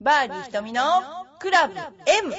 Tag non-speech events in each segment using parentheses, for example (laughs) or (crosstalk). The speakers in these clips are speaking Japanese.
バーディー瞳のクラブ M!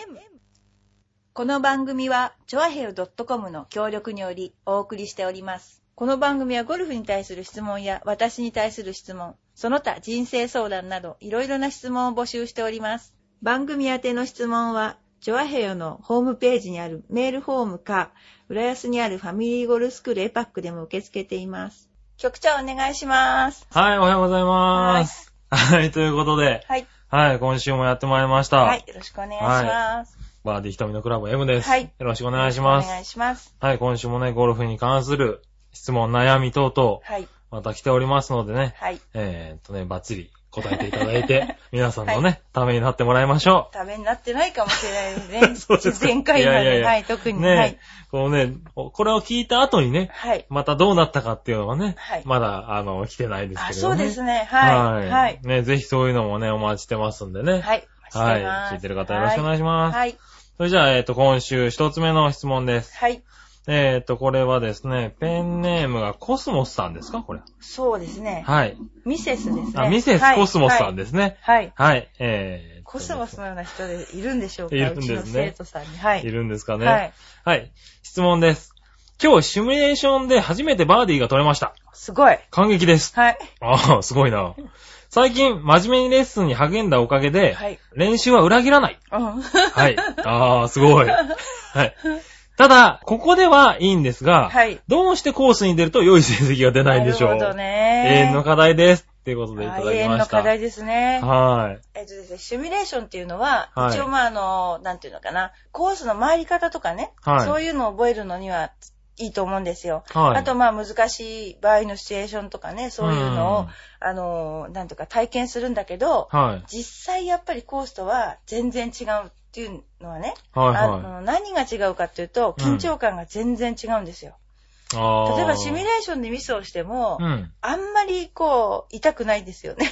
この番組は、チョアヘル .com の協力によりお送りしております。この番組はゴルフに対する質問や私に対する質問、その他人生相談などいろいろな質問を募集しております。番組宛ての質問は、チョアヘヨのホームページにあるメールフォームか、浦安にあるファミリーゴルフスクールエパックでも受け付けています。局長お願いします。はい、おはようございます。はい、ということで、はい。はい、今週もやってまいりました。はい。よろしくお願いします。バーディー瞳のクラブ M です。はいよろしくお願いしまお願いす。します。はい、今週もね、ゴルフに関する質問、悩み等々、はい。また来ておりますのでね、はい。えーっとね、バッチリ答えていただ (laughs) いて、皆さんのね、ためになってもらいましょダメになってないかもしれないです (laughs) そうね。ですか前回まで。いやいやいやはい、特う。に。ねえ、こうね、おこれを聞いた後にね、はい。はい。またどうなったかっていうのはね、はいまだ、あの、来てないですあ、けれそどね。うですね。ね。はい。はい。ね、ぜひそういうのもね、お待ちしてますんでね。はい。はい。聞いてる方よろしくお願いします。はい。それじゃあ、えっ、と、今週一つ目の質問です。はい。えっ、と、これはですね、ペンネームがコスモスさんですかこれ。そうですね。はい。ミセスですね。あ、ミセスコスモスさんでですね。す。はい。はい。えー、コスモスのような人でいるんでしょうかいるんですねうちの生徒さんに。はいい。るんですかね。はい。はい。質問です。今日シミュレーションで初めてバーディーが取れました。すごい。感激です。はい。ああ、すごいな。最近、真面目にレッスンに励んだおかげで、はい。練習は裏切らない。うん。はい。ああ、すごい。はい。ただ、ここではいいんですが、はいどうしてコースに出ると良い成績が出ないんでしょう。なるほどね。永遠の課題です。っていうことでいただきまあ永した。遠の課題ですね。はい。えっとですね、シミュレーションっていうのは、はい一応まああの、なんていうのかな、コースの回り方とかね、はいそういうのを覚えるのにはいいと思うんですよ。はい。あとまあ難しい場合のシチュエーションとかね、そういうのを、うんあの、なんとか体験するんだけど、はい。実際やっぱりコースとは全然違うっていうのはね、はいあはい。の何が違うかっていうと、緊張感が全然違うんですよ。ああ例えばシミュレーションでミスをしても、うん。あんまりこう、痛くないですよね。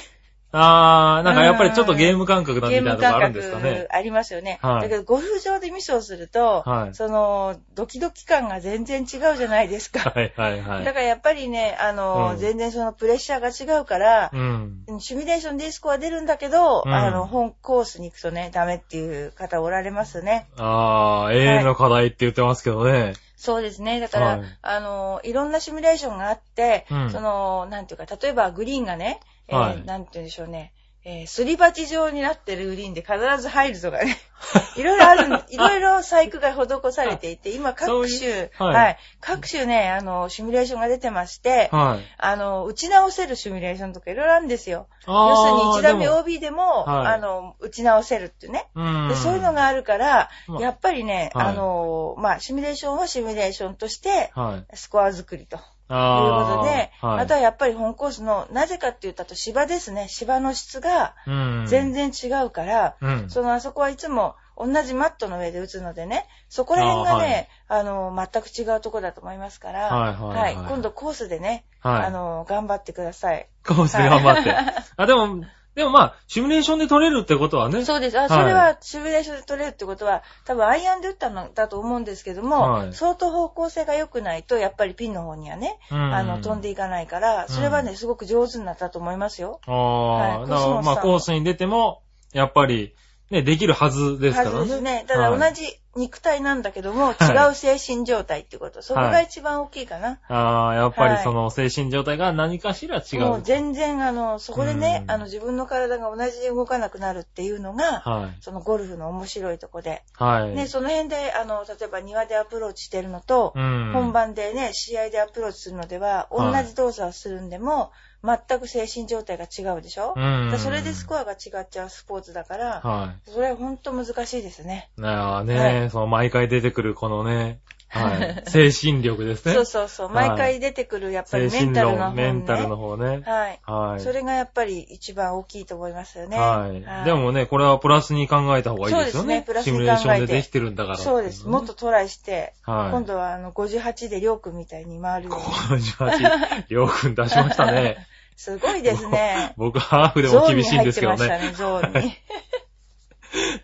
ああ、なんかやっぱりちょっとゲーム感覚なんてゲみーたいムなとこ感あるんですか覚ね。ありますよね。はいだけど、ゴルフ場でミスをすると、はいその、ドキドキ感が全然違うじゃないですか。はいはいはだい。からやっぱりね、あの、うん全然そのプレッシャーが違うからう、ん。シミュレーションでいいスコア出るんだけど、うんあの、本コースに行くとね、ダメっていう方おられますね。ああ、永遠の課題って言ってますけどね。そうですね。だから、はいあの、いろんなシミュレーションがあって、うんその、なんていうか、例えばグリーンがね、えーはいなんて言うんでしょうね、えーすり鉢状になってるグリーンで必ず入るとかね、 (laughs) いろいろある、いろいろ細工が施されていて、今そう各い種、うはい各種ね、あの、シミュレーションが出てまして、はい。あの、打ち直せるシミュレーションとかいろいろあるんですよ。あ要するあに1打目でも OB でも、はいあの、打ち直せるっていうね。うでん。そういうのがあるから、まあやっぱりね、はいあの、まあ、シミュレーションはシミュレーションとして、はい。スコア作りということああ。で、あ,、はいとはやっぱり本コースの、なぜかって言ったと芝ですね、芝の質がうん。全然違うから、うん。そのあそこはいつも同じマットの上で打つのでね、そこら辺がね、あ,、の、全く違うとこだと思いますから、はいはいはい今度コースでね、はいあの、頑張ってください。コースで頑張って。あ、でも、でもまあ、シミュレーションで取れるってことはね。そうです。あ、いそれはシミュレーションで取れるってことは、多分アイアンで打ったのだと思うんですけども、はい相当方向性が良くないと、やっぱりピンの方にはね、うんあの、飛んでいかないから、それはね、すごく上手になったと思いますよ。あはあ、いだからまあ、ココスーモスさスに出ても、やっぱり、ね、できるはずですからね。はずですね。ただはい同じ肉体なんだけども、は違う精神状態ってこと。そこが一番大きいかな。ああ、やっぱはりいその精神状態が何かしら違う。もう全然、あの、そこでねう、んあの、自分の体が同じに動かなくなるっていうのが、はい。そのゴルフの面白いとこで。はい。ね、その辺で、あの、例えば庭でアプローチしてるのと、うん。本番でね、試合でアプローチするのでは、同はいじ動作をするんでも、全く精神状態が違うでしょ、うんだそれでスコアが違っちゃうスポーツだから、はそれはほんと難しいですね。い。なあね、はその毎回出てくるこのね、 (laughs) はい。精神力ですね。そうそうそう。はい毎回出てくる、やっぱ精りメン神タルの論、方、ね。メンタルの方ね。はい。はい。それがやっぱり一番大きいと思いますよね。はい。でもね、これはプラスに考えた方がいいですよね。そうですねシミュレーシプラスョンに考えでてできてるんだからっていのそね、うです。もっとトライして、はい今度はあの58でりょうくんみたいに回るように。 58、りょうくん出しました (laughs) ね。。すごいですね僕、ハーフでゾーもン厳にしいん入でっすてけどましたね。ね、ゾーン (laughs) に。ね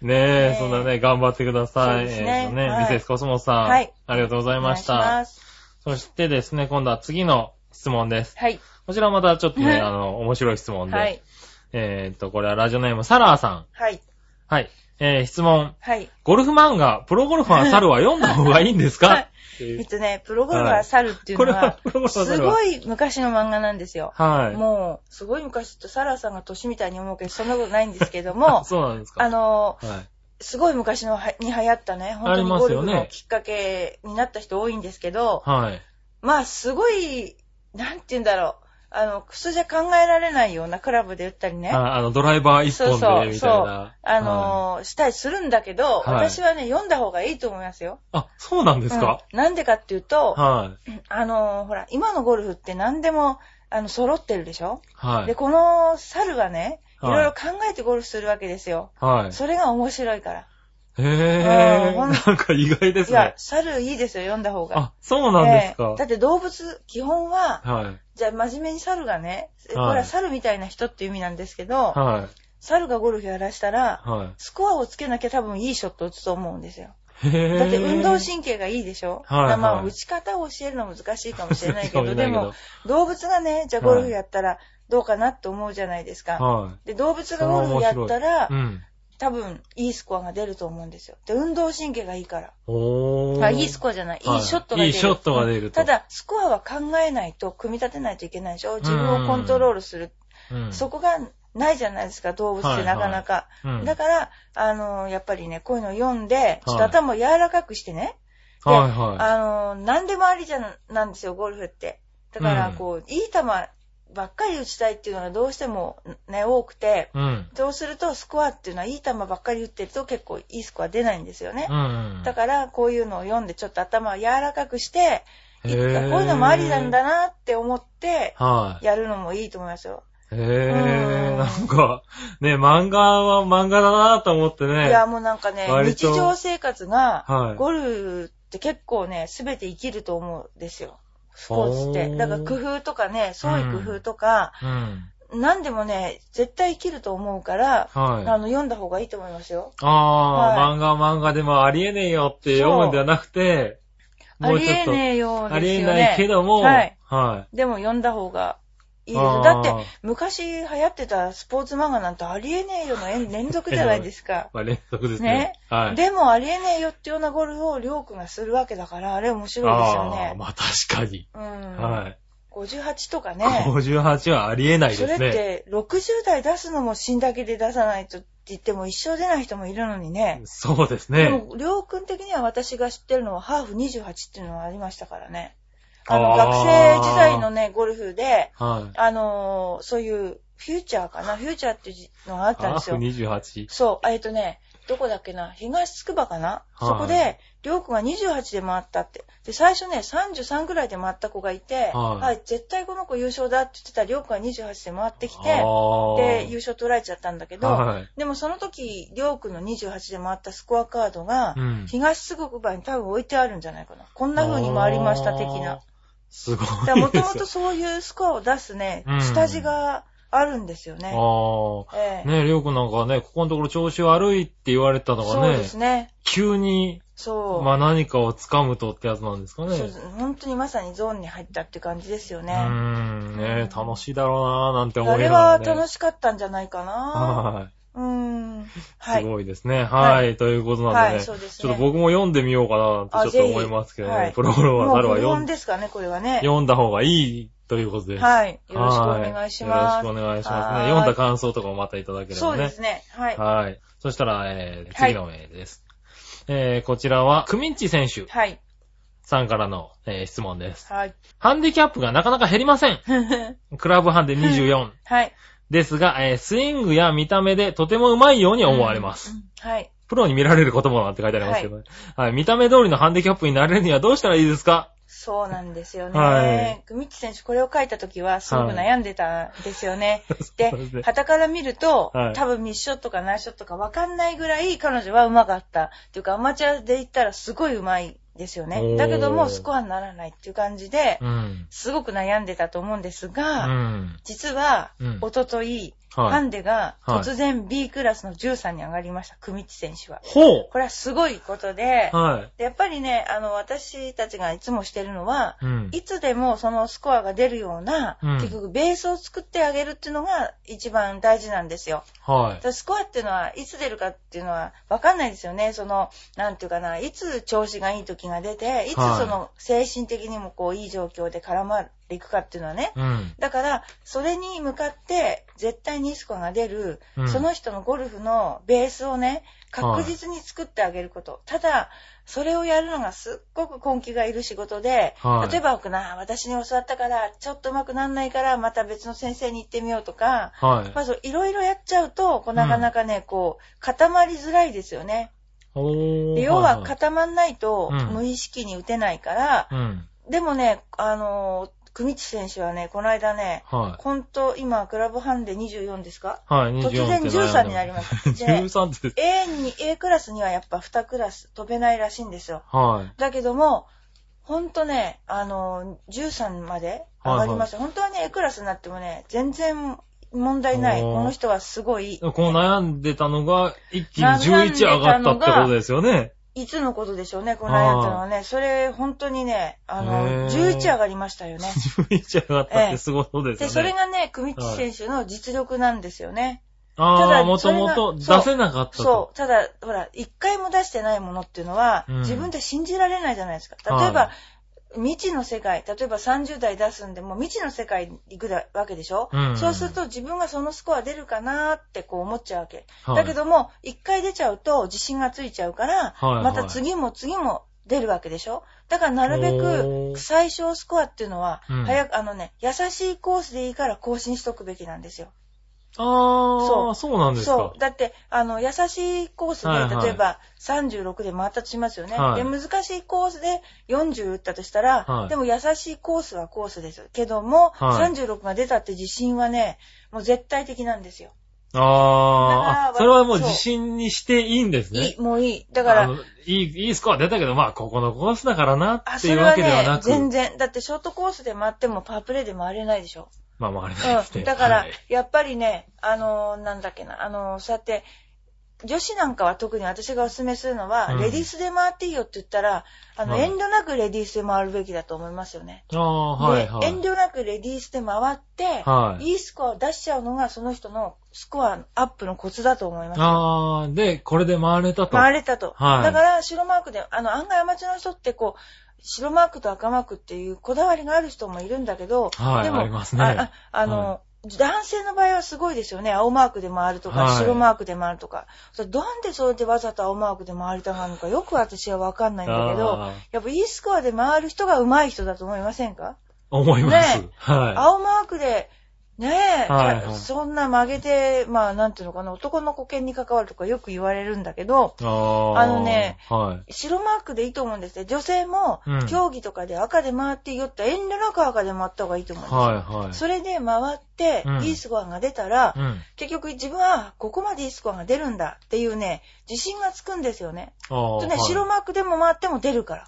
ねえ、えそんなね、頑張ってください。そうですねえっとね、はいミセスコスモスさん。はいありがとうございましお願いた。しますそしてですね、今度は次の質問です。はい。こちらまたちょっとはいね、あの、面白い質問で。はい。えーっと、これはラジオネームサラーさん。はい。はい。えー、質問。はい。ゴルフ漫画、プロゴルファー猿は読んだ方がいいんですか、はいっていえっうとね、プロゴルファー猿っていうの (laughs) これははプロゴル、ファーす猿はごい昔の漫画なんですよ。はい。もう、すごい昔ってサラーさんが年みたいに思うけど、そんなことないんですけど (laughs) も、そうなんですか。あの、はい。すごい昔のはに流行ったね、本あ当りにまゴすルよフねのきっかけになった人多いんですけど、はい。まあ、すごい、なんて言うんだろう、あの、普通じゃ考えられないようなクラブで打ったりね、ああの、ドライバー一そう本そうで、みそたいな。う、あはいの、したりするんだけど、はい私はね、読んだ方がいいと思いますよ。あ、そうなんですか、うんなんでかっていうと、はい。あの、ほら、今のゴルフって何でも、あの、揃ってるでしょはで、い。この猿はね、いはいろいろ考えてゴルフするわけですよ。はい。それが面白いから。へうんぇほんー。なんか意外ですいやね、。猿いいですよ、読んだ方が。あ、そうなんですえかえ。だって動物、基本は、はい。じゃあ真面目に猿がね、えこれはいは猿みたいな人っていう意味なんですけど、はい。猿がゴルフやらしたら、はスコアをつけなきゃ多分いいショットを打つと思うんですよ。い。へぇー。だって運動神経がいいでしょ、はいはいまあ打ち方を教えるのは難しいかもしれ (laughs) ないけ難ど、しいでかもしれないけども動物がね、じゃあゴルフやったらどうかなって思うじゃないですか。はで、動物がゴルフやったらい。う、ん。多分いいスコアが出ると思うんですよ。で、運動神経がいいから。おー。あいいスコアじゃない。いはいいショットが出る。いいショットが出るとただ、スコアは考えないと、組み立てないといけないでしょ自分をコントロールする。うんそこがないじゃないですか、動物ってなかなか。うんだから、あのーやっぱりね、こういうのを読んで、ちょっとはい頭を柔らかくしてね。ではいはあのー何でもありじゃな、なんですよ、ゴルフって。だからう、んこう、いい球ばっかり打ちたいっていうのがどうしてもね、多くて、い。うん。そうすると、スコアっていうのは、いい球ばっかり打ってると結構いいスコア出ないんですよね。うん。だから、こういうのを読んで、ちょっと頭を柔らかくして、いへこうーいうのもありなんだなって思って、はい。やるのもいいと思いますよ。へうんぇー。なんか、ね、漫画は漫画だなと思っていね。や、もうなんかね、割日と常生活がは、いゴルフって結構ね、すべて生きると思うんですよ。スポーツって。ほうだから工夫とかね、創意工夫とか、うん。何でもね、絶対生きると思うから、はあい。の、読んだ方がいいと思いますよ。あはー、漫画は漫画でもありえねえよって読むんではなくて、あもうりちょっえと、ねえようですよね。ありえないけども、はい。はでも読んだ方がいいですあよ。ーだって、昔流行ってたスポーツ漫画なんてありえねえよの連連続じゃないですかい。。まあ連続ですねね。 (laughs) はい。でもありえねえよっていうようなゴルフをりょうくんがするわけだから、あれ面白いですよあーね。まあ確かに。うん。はい。 58とかね。 58はありえないそでれっすね。て、60代出すのも死んだけで出さないとって言っても一生出ない人もいるのにね。そうですでね。も、りょうくん的には私が知ってるのはハーフ28っていうのはありましたからね。あの、あー学生時代のね、ゴルフで、はい。あのーそういう、フューチャーかなフューチャーっていうのがあったんハですーよフ。28。そう、えっとね、どこだっけな、東つくばかな、はいそこで、りょうくんが28で回ったって。で、最初ね、33ぐらいで回った子がいて、はあい絶対この子優勝だって言ってたりょうくんが28で回ってきて、あで、優勝取られちゃったんだけど、はいでもその時、りょうくんの28で回ったスコアカードが、 (laughs) うん東すぐくばに多分置いてあるんじゃないかな。こんな風に回りました、的あーな。。すごいですだよ。もともとそういうスコアを出すねう、ん下地があるんですよね。あえあ。えねえ、りょうくんなんかね、ここのところ調子悪いって言われたのそうがでね、すね。急に、そう。まあ何かを掴むとってやつなんですかね。そう本当にまさにゾーンに入ったって感じですようーね。ん、ねえ楽しいだろうなーなんて思あいなれがらはね。楽しかったんじゃないかな。はい。うーん。はすい。ごいですね。はい。はということなんではね。いちそょうっですとね僕も読んでみようかなってちょっと思いますけどあぜひはねい。プロゴルファーもう猿は古読本んですかね、これはね。読んだ方がいいということです。はい。よろしくお願いしまはす。よろしくお願いしますはね。い読んだ感想とかもまたいただければね。そうですね。はい。はい。そしたら、えー、はい次のメールです。えー、こちらは、クミンチ選手はい。さんからの、えー質問です。はい。ハンディキャップがなかなか減りませ (laughs) ん。クラブハンデ24。はい。ですが、えー、スイングや見た目でとても上手いように思われます。うん。うんはい。プロに見られることもなんて書いてありますけどね。はい、見た目通りのハンディキャップになれるにはどうしたらいいですかそうなんですよはね。グミッチ選手、これを書いた時は、すごく悩んでたんですよね。 (laughs) そうでですね、旗から見ると、はい多分ミッションとかナイショットか分かんないぐらい彼女は上手かった。っていうか、アマチュアで言ったらすごい上手いですよおね。ーだけども、スコアにならないっていう感じでう、ん。すごく悩んでたと思うんですうが、ん。実はうん、おととい、ハはい。ンデがはい突然 B クラスの13に上がりました、組地選手は。ほこれはすごいことでう、はでやっぱりね、あの、私たちがいつもしてるのは、い。うん。いつでもそのスコアが出るような、うん結局ベースを作ってあげるっていうのが一番大事なんですよ。はだからスコアっていうのは、いつ出るかっていうのは分かんないですよね。その、なんていうかな、いつ調子がいい時が出て、いつはいその精神的にもこう、いい状況で絡まっていくかっていうのはね。い。うん。だから、それに向かって、絶対にいいスコアが出る、うんその人のゴルフのベースをね、確実に作ってあげること。ただ、それをやるのがすっごく根気がいる仕事で、はい例えば、な、私に教わったから、ちょっと上手くなんないから、また別の先生に行ってみようとか、はい。まずいろいろやっちゃうと、こうなかなかね、こう、固まりづらいですよね。おー。で要ははいい固まんないとうん無意識に打てないから、うん。でもね、あのー、組地選手はね、この間ね、はい。ほんと今、クラブハンデ24ですかはい、突24然って13になりま (laughs) した。で、 13って、 A に、A クラスにはやっぱ2クラス飛べないらしいんですよ。はい。だけども、ほんとね、あのー、13まで上がりました。本当はね、A クラスになってもね、全然問題ない。おーこの人はすごい。こう悩んでたのが、一気に悩んで11上がったってことですよね。いつのことでしょうね、この間やったのはね。それ、本当にね、あへーの、11上がりましたよね。 11上がったってすごいことですよで、ね。それがね、組地選手の実力なんですよね。たああ、だもともと出せなかったと。そう。ただ、ほら、一回も出してないものっていうのは、うん自分で信じられないじゃないですか。例えば、は未知の世界、例えば30代出すんでも未知の世界に行くだわけでしょ、うんそうすると自分がそのスコア出るかなーってこう思っちゃうわけ。はいだけども、一回出ちゃうと自信がついちゃうから、はいはいまた次も次も出るわけでしょだからなるべおーく最小スコアっていうのは、うん早く、あのね、優しいコースでいいから更新しとくべきなんですよ。あそあ、うそうなんですかそう。。だって、あの、優しいコースで、はいはい例えば36で回ったとしますよね、はで。い難しいコースで40打ったとしたら、はいでも優しいコースはコースです。けども、はい36が出たって自信はね、もう絶対的なんですよ。あだからあ、それはもうそう自信にしていいんですねいい、。もういい。だからあ、のいい、いいスコア出たけど、まあ、ここのコースだからなあ、ってそいれうわはけではねな、く、全然。だってショートコースで回ってもパワープレイで回れないでしょ。まあ、まああれないですうね。ん。だから、 (laughs) はいやっぱりね、あのーなんだっけな、あのーそうやって、女子なんかは特に私がお勧めするのは、うんレディースで回っていいよって言ったら、あの、はい遠慮なくレディースで回るべきだと思いますよね。ああ、はい、はい。で遠慮なくレディースで回って、はいいスコアを出しちゃうのが、その人のスコアアップのコツだと思います。ああ、で、これで回れたと。回れたと。はいだから、白マークで、あの、案外アマチュアの人って、こう、白マークと赤マークっていうこだわりがある人もいるんだけど、はいでもありますねあああの、は男性の場合はすごいですよね。青マークで回るとか、はい白マークで回るとか。それなんでそれでわざと青マークで回りたがるのか、よく私はわかんないんだけどあー、やっぱいいスコアで回る人が上手い人だと思いませんか、思います。ねは青マークで、ねえ、はいはいそんな曲げて、まあ、なんていうのかな、男の保険に関わるとかよく言われるんだけど、い。ああ。あのね、はい。白マークでいいと思うんですね。女性もうん、競技とかで赤で回っていいよって、遠慮なく赤で回った方がいいと思うんですよ。はい、はい。それで回ってうん、いいスコアが出たら、うん。結局自分はここまでいいスコアが出るんだっていうね、自信がつくんですよね。ああ。とね、白マークでも回っても出るから。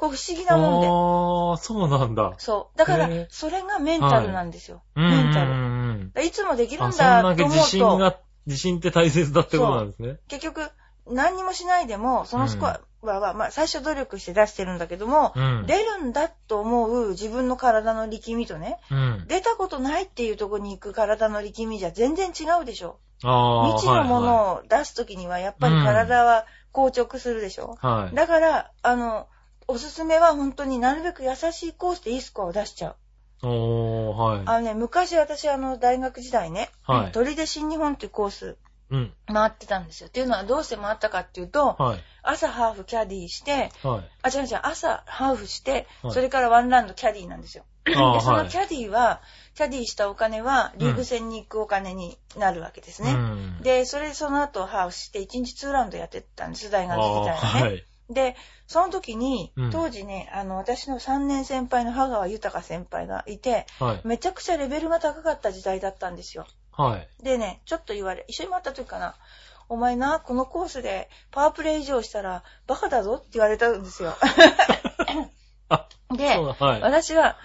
こう不思議なもんで。ああ、そうなんだ。そう。だかへえら、それがメンタルなんですよ。うんうんうんメンタル。だかうん。らいつもできるあ、んそんだだけと思自信うと、が、自信って大切だってことなんですね。結局、何にもしないでも、そのスコアは、まあ、最初努力して出してるんだけども、うん。出るんだと思う自分の体の力みとね、うん。出たことないっていうとこに行く体の力みじゃ全然違うでしょ。ああ。未知のもはいのを出すときにはやっぱり体は硬直するでしょ。はい、はい。だから、あの、おすすめは本当になるべく優しいコースでいいスコアを出しちゃう。おー、はい。あのね、昔私あの大学時代ね、はい鳥で新日本っていうコースうん。回ってたんですよ。っていうのはどうして回ったかっていうと、はい。朝ハーフキャディーして、はい。あ、違う違う、朝ハーフして、はいそれからワンラウンドキャディーなんですよ。あーで、はいそのキャディーは、キャディーしたお金は、リーグ戦に行くお金になるわけですうね。ん。で、それでその後ハーフして、1日2ラウンドやってたんです、大あ学ー、時代はね。はい。で、その時にうん、当時ね、あの、私の3年先輩の羽川豊先輩がいて、はい。めちゃくちゃレベルが高かった時代だったんですよ。はい。でね、ちょっと言われ、一緒に回った時かな、お前な、このコースでパワープレイ以上したらバカだぞって言われたんですよ。 (laughs) あ、でそう、だ、はい。私は、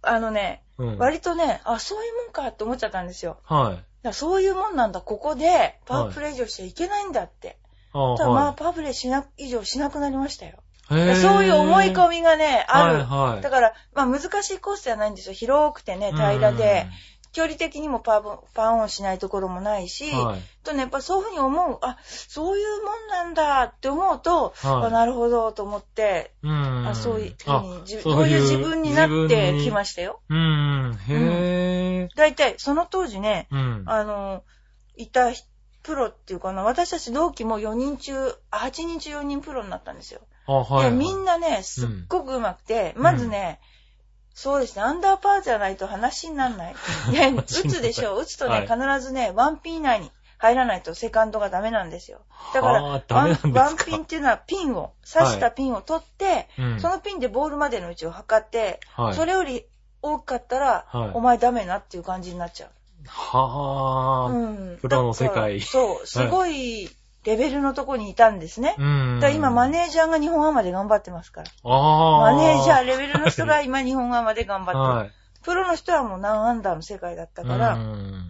あのね、うん割とね、あ、そういうもんかって思っちゃったんですよ。はい。らそういうもんなんだ。ここで、パワープレイ以上しちゃいけないんだって。ああただまあ、はパワープレイしな、以上しなくなりましたよ。いへーそういう思い込みがね、ある。はいはいだから、まあ難しいコースではないんですよ。広くてね、平らで、距離的にもパーパンオンしないところもないし、うんはいとね、やっぱそういうふうに思う、あ、そういうもんなんだって思うと、はいあなるほどと思って、うんあそういうふうにあ自そこういう自分になってきまししたよ。た。うん、へぇだいたいその当時ね、うん。あの、いたひプロっていうかな、私たち同期も4人中、あ8人中4人プロになったんですよ。あ、はい。で、みんなね、すっごく上手くて、まずね、そうですね、アンダーパーじゃないと話になら (laughs) ない。で、打つでしょ、打つとね、必ずね、ワンピン以内に入らないとセカンドがダメなんですよ。だから、あーダワメンなんですかワンピンっていうのはピンを、刺したピンを取って、うんそのピンでボールまでの位置を測って、はいそれより多かったら、はいお前ダメなっていう感じになっちゃう。はうんプロの世界だからそう、すごいレベルのとこにいたんですね。ぁ。うん。だから今、マー、ネージャーが日本アマで頑張ってますから。あマネージャーーレベルの人が今日本アマで頑張ってる。はい。プロの人はもう何アンダーの世界だったから、うん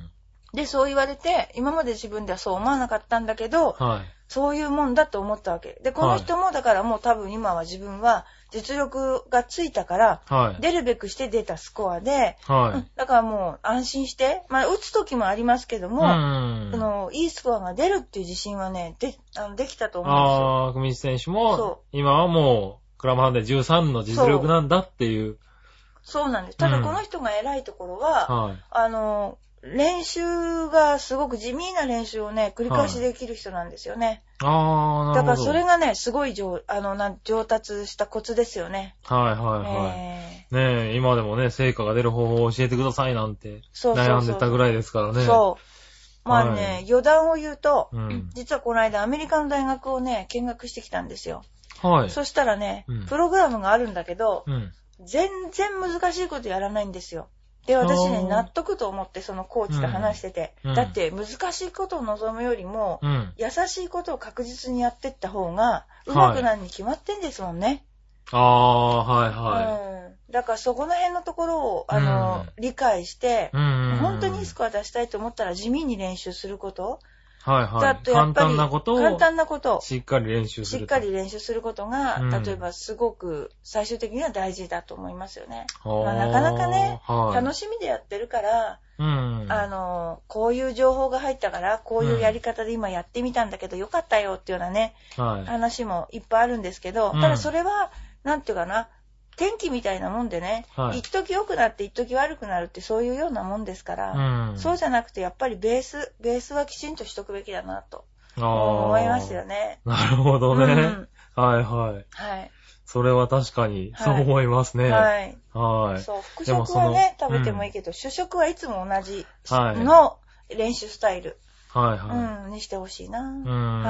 で、そう言われて、今まで自分ではそう思わなかったんだけど、はい。そういうもんだと思ったわけ。で、この人もだからもう多分今は自分は実力がついたから、はい。出るべくして出たスコアで、うはんだからもう安心して、まあ打つ時もありますけどい。も、んその、いいスコアが出るっていう自信はね、で、あのできたと思うんああ、組選手そも、今はもう、クラブハンデ13の実力なんだっていう。ですよ。そうなんです。ただうんこの人が偉いところは、はい。あの、練習がすごく地味な練習をね、繰り返しできる人なんですよね。ああ、なるほど。だからそれがね、すごい上あのなん上達したコツですよね。はいはいはい。えーねえ、今でもね、成果が出る方法を教えてくださいなんて、そうそうそう悩んでたぐらいですからね。そう。まあね、はい余談を言うと、うん実はこの間アメリカの大学をね、見学してきたんですよ。はい。そしたらね、うんプログラムがあるんだけど、うん。全然難しいことやらないんですよ。で、私あね、ー納得と思ってそのコーチと話してて、うんだって難しいことを望むよりも、うん。優しいことを確実にやってった方が、うまくなるに決まってんですもんね。ああ、はいはうん。だからそこの辺のところを、あの、理解してい。う、ん。本当にいいスコア出したいと思ったら地味に練習すること、はいはだい。とやっ簡ぱり、単なこと簡を、単なことをしっかり練習すしると。っかり練習することが、うん例えばすごく最終的には大事だと思いますよね。あー。まあなかなかねはい、楽ししみでやってるから、うん。あの、こういう情報が入ったから、こういうやり方で今やってみたんだけど、よかったよっていうようなね、はい。話もいっぱいあるんですけど、うんただそれは、なんていうかな、天気みたいなもんでね、はい一時良くなって一時悪くなるってそういうようなもんですから、うん。そうじゃなくてやっぱりベース、ベースはきちんとしとくべきだなとああ。思いますよ。ね。なるほどね。うんうんはいはい。はい。それは確かに、はいそう思いますね。はい。はい。そう、副でも食そはのね、食べてもいいけど、主食はいつも同じはいの練習スタイル、はいはうん、にしてほしいな。い。うーん、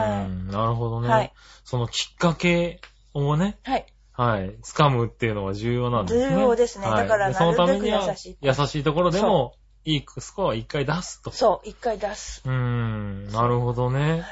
はいなるほどね。はいそのきっかけをね、はい。はい、掴むっていうのは重要なんですね。重要ですねはいだからでそのためになるべはく優しい優しいところでも、いいスコアを一回出すと。そう、一回出す。うーん、なるほどね。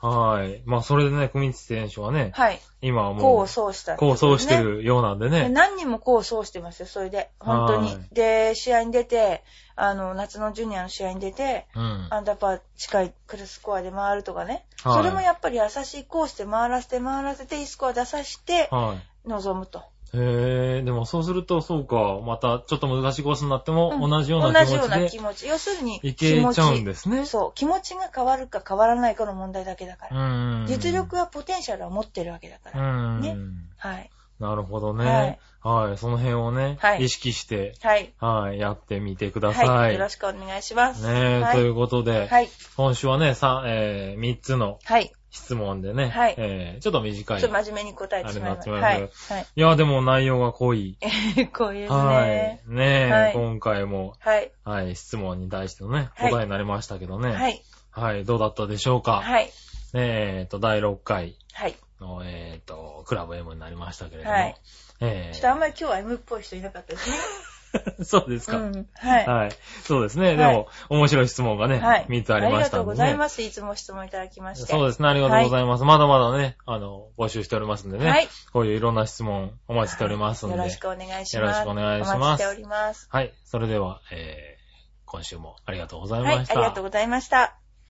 はい。はい。まあ、それでね、組み選手はね、はい。今はもこうう、そうしたってこ構と想ですしねてるようなんででね。何人もこうそうしてますよ、それで。本当にはい。で、試合に出て、あの、夏のジュニアの試合に出て、うん。アンダーパー近いクルスコアで回るとかね。はいそれもやっぱり優しいコースで回らせて回らせて、いいスコア出させて、はい。臨むと。へえ、でもそうすると、そうか、またちょっと難しいコースになっても、うん同じような気同じような持ち気で持ち。要するに、いけちゃうんですすね。そう。気持ちが変わるか変わらないかの問題だけだかうら。ん。実力はポテンシャルは持ってるわけだかうら。ん。ねはい。なるほどね。はい、その辺をね、はい意識して、はい。はい、やってみてください。はい。よろしくお願いします。ねえ、はいということで、はい。今週はね、さ、えー、3つのはい。質問でね、はいえー、ちょっと短い。ちょっと真面目に答えてしまいます。あはれなっい。てはまいや、でも内容が濃い。い。 (laughs) こういうですはね。い。ねえ、はい今回も、はい。はい、質問に対してのね、はい答えになりましたけどね。はい。はい、どうだったでしょうか。はい。えーと、第6回はい。の、えーと、クラブ M になりましたけれども。はいえちょっとあんーまり今日は M っぽい人いなかったですね。 (laughs) そうですうか。ん。ははい。そうですね。いでも、面白い質問がい。ね、はい。 3つありましたありがとうごので、ね。ざいます。いつも質問いただきまして。そうですね。ありがとうございます。まだまだね、あの、募集しておりますんでね。はいこういういろんな質問お待ちしておりますんで。よろしくお願いします。よろしくお願いしますお待ちしております。はい。それでは、えー今週もありがとうございはい、ましあた。りがとうございました。